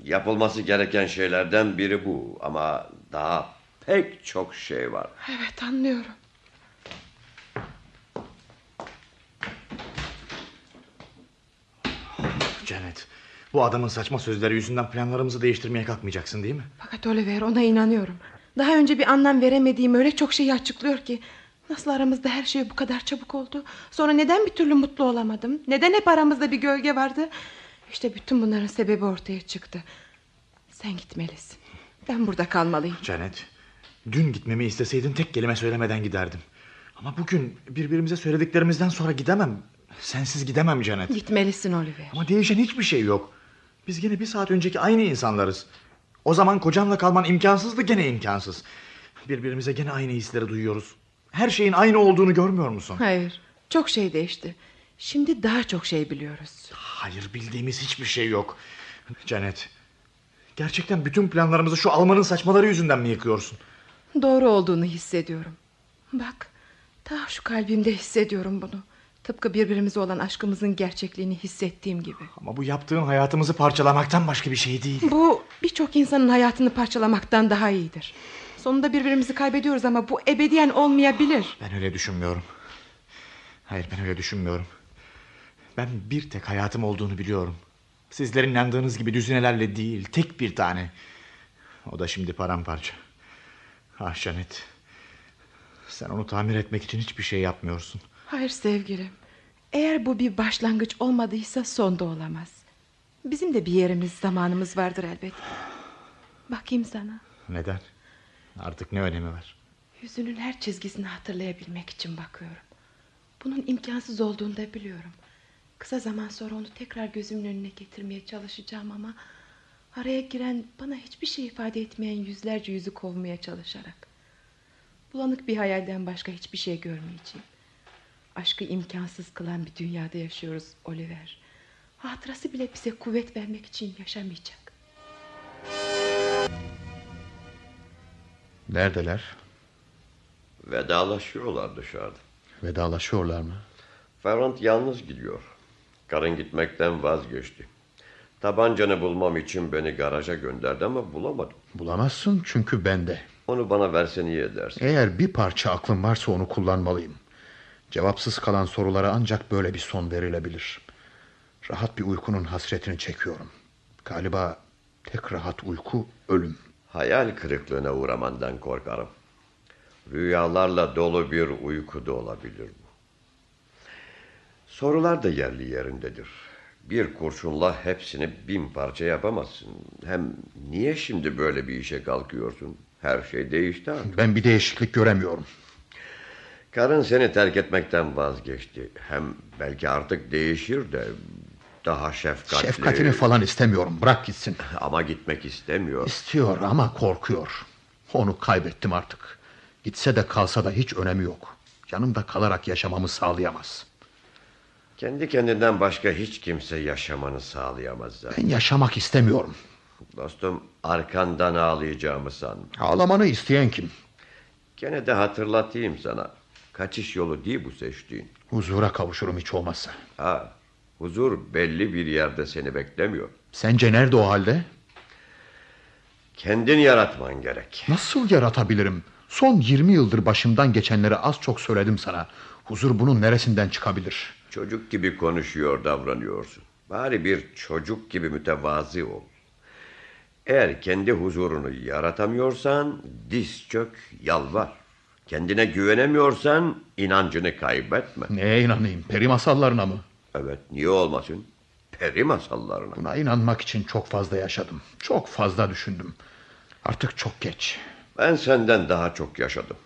Yapılması gereken şeylerden biri bu ama daha pek çok şey var. Evet anlıyorum. Janet, bu adamın saçma sözleri yüzünden planlarımızı değiştirmeye kalkmayacaksın değil mi? Fakat Oliver ona inanıyorum. Daha önce bir anlam veremediğim öyle çok şeyi açıklıyor ki. Nasıl aramızda her şey bu kadar çabuk oldu? Sonra neden bir türlü mutlu olamadım? Neden hep aramızda bir gölge vardı? İşte bütün bunların sebebi ortaya çıktı. Sen gitmelisin. Ben burada kalmalıyım. Janet, dün gitmemi isteseydin tek kelime söylemeden giderdim. Ama bugün birbirimize söylediklerimizden sonra gidemem. Sensiz gidemem Janet. Gitmelisin Oliver. Ama değişen hiçbir şey yok. Biz gene bir saat önceki aynı insanlarız. O zaman kocanla kalman imkansızdı gene imkansız. Birbirimize gene aynı hisleri duyuyoruz. Her şeyin aynı olduğunu görmüyor musun? Hayır. Çok şey değişti. Şimdi daha çok şey biliyoruz. Hayır bildiğimiz hiçbir şey yok. Janet, gerçekten bütün planlarımızı şu Alman'ın saçmaları yüzünden mi yıkıyorsun? Doğru olduğunu hissediyorum. Bak, ta şu kalbimde hissediyorum bunu. Tıpkı birbirimize olan aşkımızın gerçekliğini hissettiğim gibi. Ama bu yaptığın hayatımızı parçalamaktan başka bir şey değil. Bu birçok insanın hayatını parçalamaktan daha iyidir. Sonunda birbirimizi kaybediyoruz ama bu ebediyen olmayabilir. Ben öyle düşünmüyorum. Hayır ben öyle düşünmüyorum. Ben bir tek hayatım olduğunu biliyorum. Sizlerin inandığınız gibi düzinelerle değil tek bir tane. O da şimdi paramparça. Ah Janet. Sen onu tamir etmek için hiçbir şey yapmıyorsun. Hayır sevgilim. Eğer bu bir başlangıç olmadıysa son da olamaz. Bizim de bir yerimiz, zamanımız vardır elbet. Bakayım sana. Neden? Artık ne önemi var? Yüzünün her çizgisini hatırlayabilmek için bakıyorum. Bunun imkansız olduğunu da biliyorum. Kısa zaman sonra onu tekrar gözümün önüne getirmeye çalışacağım ama... ...araya giren bana hiçbir şey ifade etmeyen yüzlerce yüzü kovmaya çalışarak... ...bulanık bir hayalden başka hiçbir şey görmeyeceğim. Aşkı imkansız kılan bir dünyada yaşıyoruz Oliver. Hatırası bile bize kuvvet vermek için yaşamayacak. Neredeler? Vedalaşıyorlar dışarıda. Vedalaşıyorlar mı? Ferrand yalnız gidiyor. Karın gitmekten vazgeçti. Tabancanı bulmam için beni garaja gönderdi ama bulamadım. Bulamazsın çünkü bende. Onu bana versen iyi edersin. Eğer bir parça aklım varsa onu kullanmalıyım. Cevapsız kalan sorulara ancak böyle bir son verilebilir. Rahat bir uykunun hasretini çekiyorum. Galiba tek rahat uyku ölüm. Hayal kırıklığına uğramandan korkarım. Rüyalarla dolu bir uykuda olabilir bu. Sorular da yerli yerindedir. Bir kurşunla hepsini bin parça yapamazsın. Hem niye şimdi böyle bir işe kalkıyorsun? Her şey değişti artık. Ben bir değişiklik göremiyorum. Karın seni terk etmekten vazgeçti. Hem belki artık değişir de daha şefkatli. Şefkatini falan istemiyorum. Bırak gitsin. Ama gitmek istemiyor. İstiyor ama korkuyor. Onu kaybettim artık. Gitse de kalsa da hiç önemi yok. Yanımda kalarak yaşamamı sağlayamaz. Kendi kendinden başka hiç kimse yaşamanı sağlayamaz zaten. Ben yaşamak istemiyorum. Dostum arkandan ağlayacağımı sanma. Ağlamanı isteyen kim? Gene de hatırlatayım sana. Kaçış yolu değil bu seçtiğin. Huzura kavuşurum hiç olmazsa. Ha, huzur belli bir yerde seni beklemiyor. Sence nerede o halde? Kendin yaratman gerek. Nasıl yaratabilirim? Son 20 yıldır başımdan geçenleri az çok söyledim sana. Huzur bunun neresinden çıkabilir? Çocuk gibi konuşuyor davranıyorsun. Bari bir çocuk gibi mütevazi ol. Eğer kendi huzurunu yaratamıyorsan diz çök yalvar. Kendine güvenemiyorsan inancını kaybetme. Neye inanayım? Peri masallarına mı? Evet niye olmasın? Peri masallarına. Buna inanmak için çok fazla yaşadım. Çok fazla düşündüm. Artık çok geç. Ben senden daha çok yaşadım.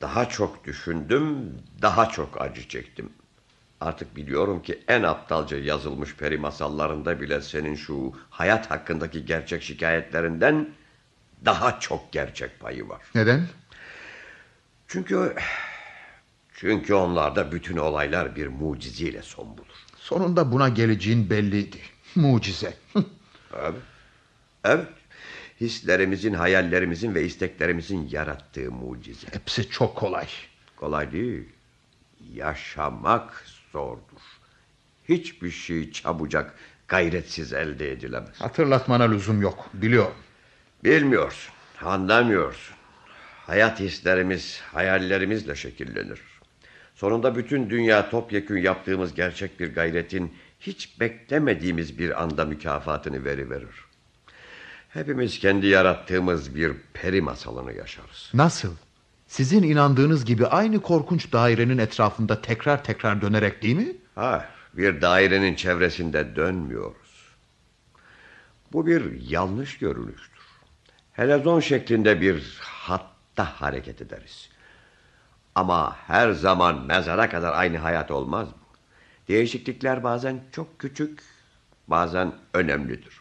Daha çok düşündüm, daha çok acı çektim. Artık biliyorum ki en aptalca yazılmış peri masallarında bile senin şu hayat hakkındaki gerçek şikayetlerinden daha çok gerçek payı var. Neden? Çünkü çünkü onlarda bütün olaylar bir mucizeyle son bulur. Sonunda buna geleceğin belliydi. Mucize. Abi. Evet. Hislerimizin, hayallerimizin ve isteklerimizin yarattığı mucize. Hepsi çok kolay. Kolay değil. Yaşamak zordur. Hiçbir şey çabucak, gayretsiz elde edilemez. Hatırlatmana lüzum yok. Biliyorum. Bilmiyorsun, anlamıyorsun. Hayat hislerimiz, hayallerimizle şekillenir. Sonunda bütün dünya topyekün yaptığımız gerçek bir gayretin hiç beklemediğimiz bir anda mükafatını veriverir. Hepimiz kendi yarattığımız bir peri masalını yaşarız. Nasıl? Sizin inandığınız gibi aynı korkunç dairenin etrafında tekrar tekrar dönerek değil mi? Ha, bir dairenin çevresinde dönmüyoruz. Bu bir yanlış görünüştür. Helezon şeklinde bir hatta hareket ederiz. Ama her zaman mezara kadar aynı hayat olmaz mı? Değişiklikler bazen çok küçük, bazen önemlidir.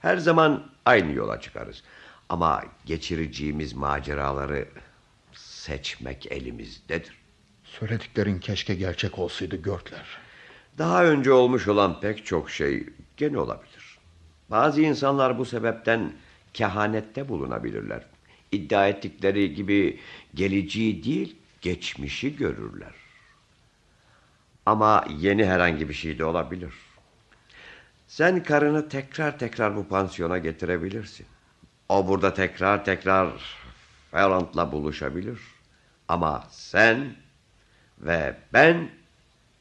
Her zaman aynı yola çıkarız. Ama geçireceğimiz maceraları seçmek elimizdedir. Söylediklerin keşke gerçek olsaydı Görtler. Daha önce olmuş olan pek çok şey gene olabilir. Bazı insanlar bu sebepten kehanette bulunabilirler. İddia ettikleri gibi geleceği değil, geçmişi görürler. Ama yeni herhangi bir şey de olabilir. Sen karını tekrar tekrar bu pansiyona getirebilirsin. O burada tekrar tekrar Ferrant'la buluşabilir. Ama sen ve ben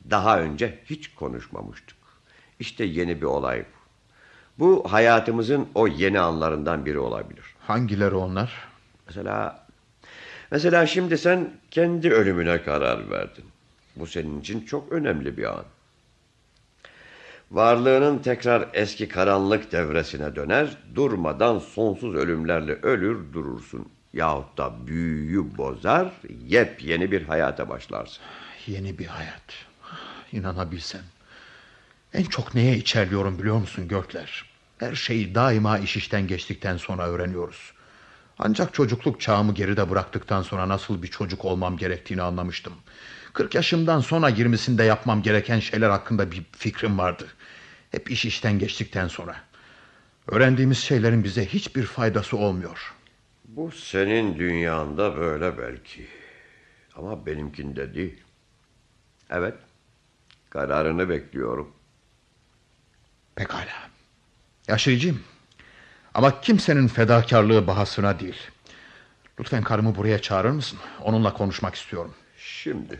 daha önce hiç konuşmamıştık. İşte yeni bir olay bu. Bu hayatımızın o yeni anlarından biri olabilir. Hangileri onlar? Mesela mesela şimdi sen kendi ölümüne karar verdin. Bu senin için çok önemli bir an. Varlığının tekrar eski karanlık devresine döner, durmadan sonsuz ölümlerle ölür durursun. Yahut da büyüyü bozar, yepyeni bir hayata başlarsın. Yeni bir hayat. İnanabilsem. En çok neye içerliyorum biliyor musun Görtler? Her şeyi daima iş işten geçtikten sonra öğreniyoruz. Ancak çocukluk çağımı geride bıraktıktan sonra nasıl bir çocuk olmam gerektiğini anlamıştım. 40 yaşımdan sonra 20'sinde yapmam gereken şeyler hakkında bir fikrim vardı. Hep iş işten geçtikten sonra. Öğrendiğimiz şeylerin bize hiçbir faydası olmuyor. Bu senin dünyanda böyle belki. Ama benimkinde değil. Evet. Kararını bekliyorum. Pekala. Yaşayacağım. Ama kimsenin fedakarlığı bahasına değil. Lütfen karımı buraya çağırır mısın? Onunla konuşmak istiyorum. Şimdi.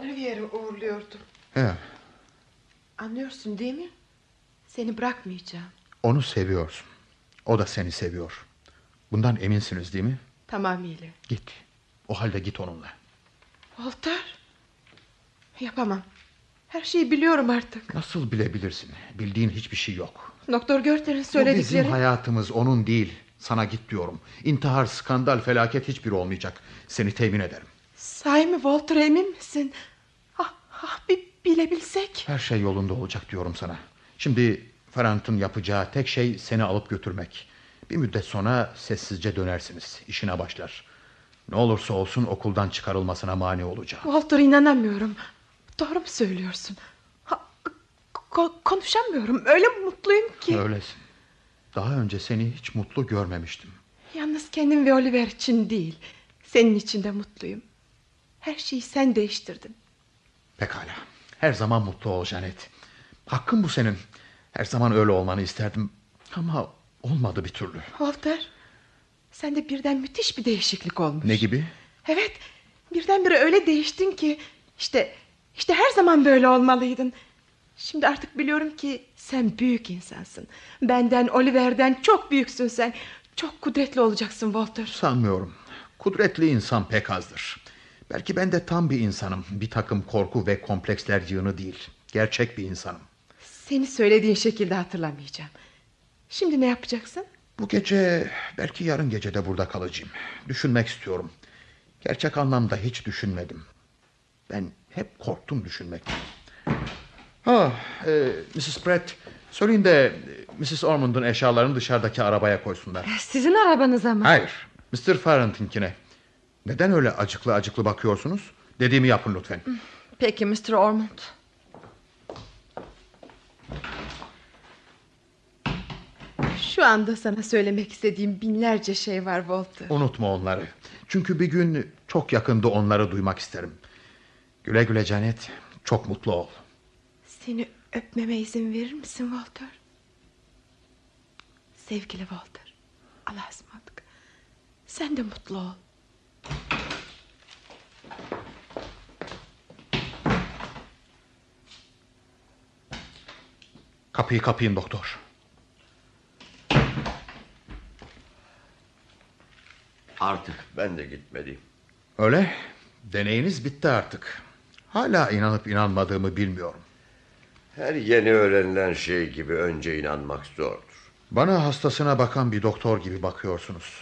Olivier'i uğurluyordum. He, Anlıyorsun değil mi? Seni bırakmayacağım. onu seviyorsun. O da seni seviyor. Bundan eminsiniz değil mi? Tamamıyla. Git. O halde git onunla. Walter. Yapamam. Her şeyi biliyorum artık. Nasıl bilebilirsin? Bildiğin hiçbir şey yok. Doktor Görter'in Bu söyledikleri... bizim hayatımız onun değil. Sana git diyorum. İntihar, skandal, felaket hiçbiri olmayacak. Seni temin ederim. Sahi mi Walter emin misin? Ah, ah bir bilebilsek. Her şey yolunda olacak diyorum sana. Şimdi Ferrant'ın yapacağı tek şey seni alıp götürmek. Bir müddet sonra sessizce dönersiniz. İşine başlar. Ne olursa olsun okuldan çıkarılmasına mani olacağım. Walter inanamıyorum. Doğru mu söylüyorsun? Ha, ko- konuşamıyorum. Öyle mutluyum ki. Öylesin. Daha önce seni hiç mutlu görmemiştim. Yalnız kendim ve Oliver için değil. Senin için de mutluyum. Her şeyi sen değiştirdin. Pekala. Her zaman mutlu ol Janet. Hakkın bu senin. Her zaman öyle olmanı isterdim. Ama olmadı bir türlü. Walter, sende birden müthiş bir değişiklik olmuş. Ne gibi? Evet, birdenbire öyle değiştin ki... ...işte, işte her zaman böyle olmalıydın. Şimdi artık biliyorum ki sen büyük insansın. Benden, Oliver'den çok büyüksün sen. Çok kudretli olacaksın Walter. Sanmıyorum. Kudretli insan pek azdır. Belki ben de tam bir insanım. Bir takım korku ve kompleksler yığını değil. Gerçek bir insanım. Seni söylediğin şekilde hatırlamayacağım. Şimdi ne yapacaksın? Bu gece belki yarın gece de burada kalacağım. Düşünmek istiyorum. Gerçek anlamda hiç düşünmedim. Ben hep korktum düşünmekten. Ah, e, Mrs. Pratt, Söyleyin de e, Mrs. Ormond'un eşyalarını dışarıdaki arabaya koysunlar. Sizin arabanıza mı? Hayır, Mr. Farrant'inkine. Neden öyle acıklı acıklı bakıyorsunuz? Dediğimi yapın lütfen. Peki Mr. Ormond. Şu anda sana söylemek istediğim binlerce şey var Walter. Unutma onları. Çünkü bir gün çok yakında onları duymak isterim. Güle güle Janet. Çok mutlu ol. Seni öpmeme izin verir misin Walter? Sevgili Walter, Allah'a ısmarladık. Sen de mutlu ol. Kapıyı kapayın doktor. Artık ben de gitmeliyim. Öyle. Deneyiniz bitti artık. Hala inanıp inanmadığımı bilmiyorum. Her yeni öğrenilen şey gibi önce inanmak zordur. Bana hastasına bakan bir doktor gibi bakıyorsunuz.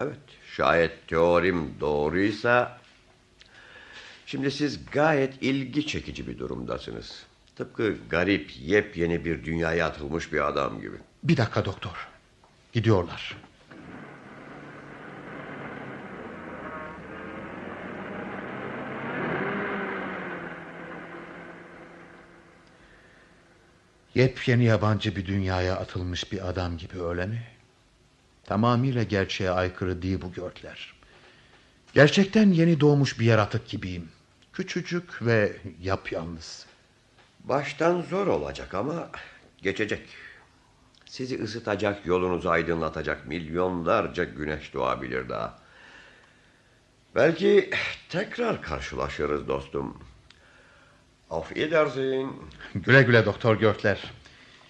Evet, şayet teorim doğruysa... Şimdi siz gayet ilgi çekici bir durumdasınız. Tıpkı garip, yepyeni bir dünyaya atılmış bir adam gibi. Bir dakika doktor. Gidiyorlar. Yepyeni yabancı bir dünyaya atılmış bir adam gibi öyle mi? Tamamıyla gerçeğe aykırı değil bu görkler. Gerçekten yeni doğmuş bir yaratık gibiyim. Küçücük ve yapyalnız. Baştan zor olacak ama geçecek. Sizi ısıtacak, yolunuzu aydınlatacak milyonlarca güneş doğabilir daha. Belki tekrar karşılaşırız dostum. Auf Wiedersehen. Güle güle Doktor Görtler.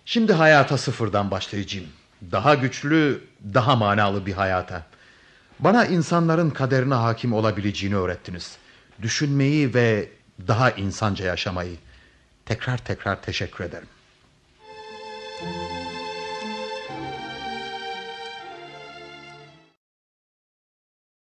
Şimdi hayata sıfırdan başlayacağım. Daha güçlü, daha manalı bir hayata. Bana insanların kaderine hakim olabileceğini öğrettiniz. Düşünmeyi ve daha insanca yaşamayı. Tekrar tekrar teşekkür ederim.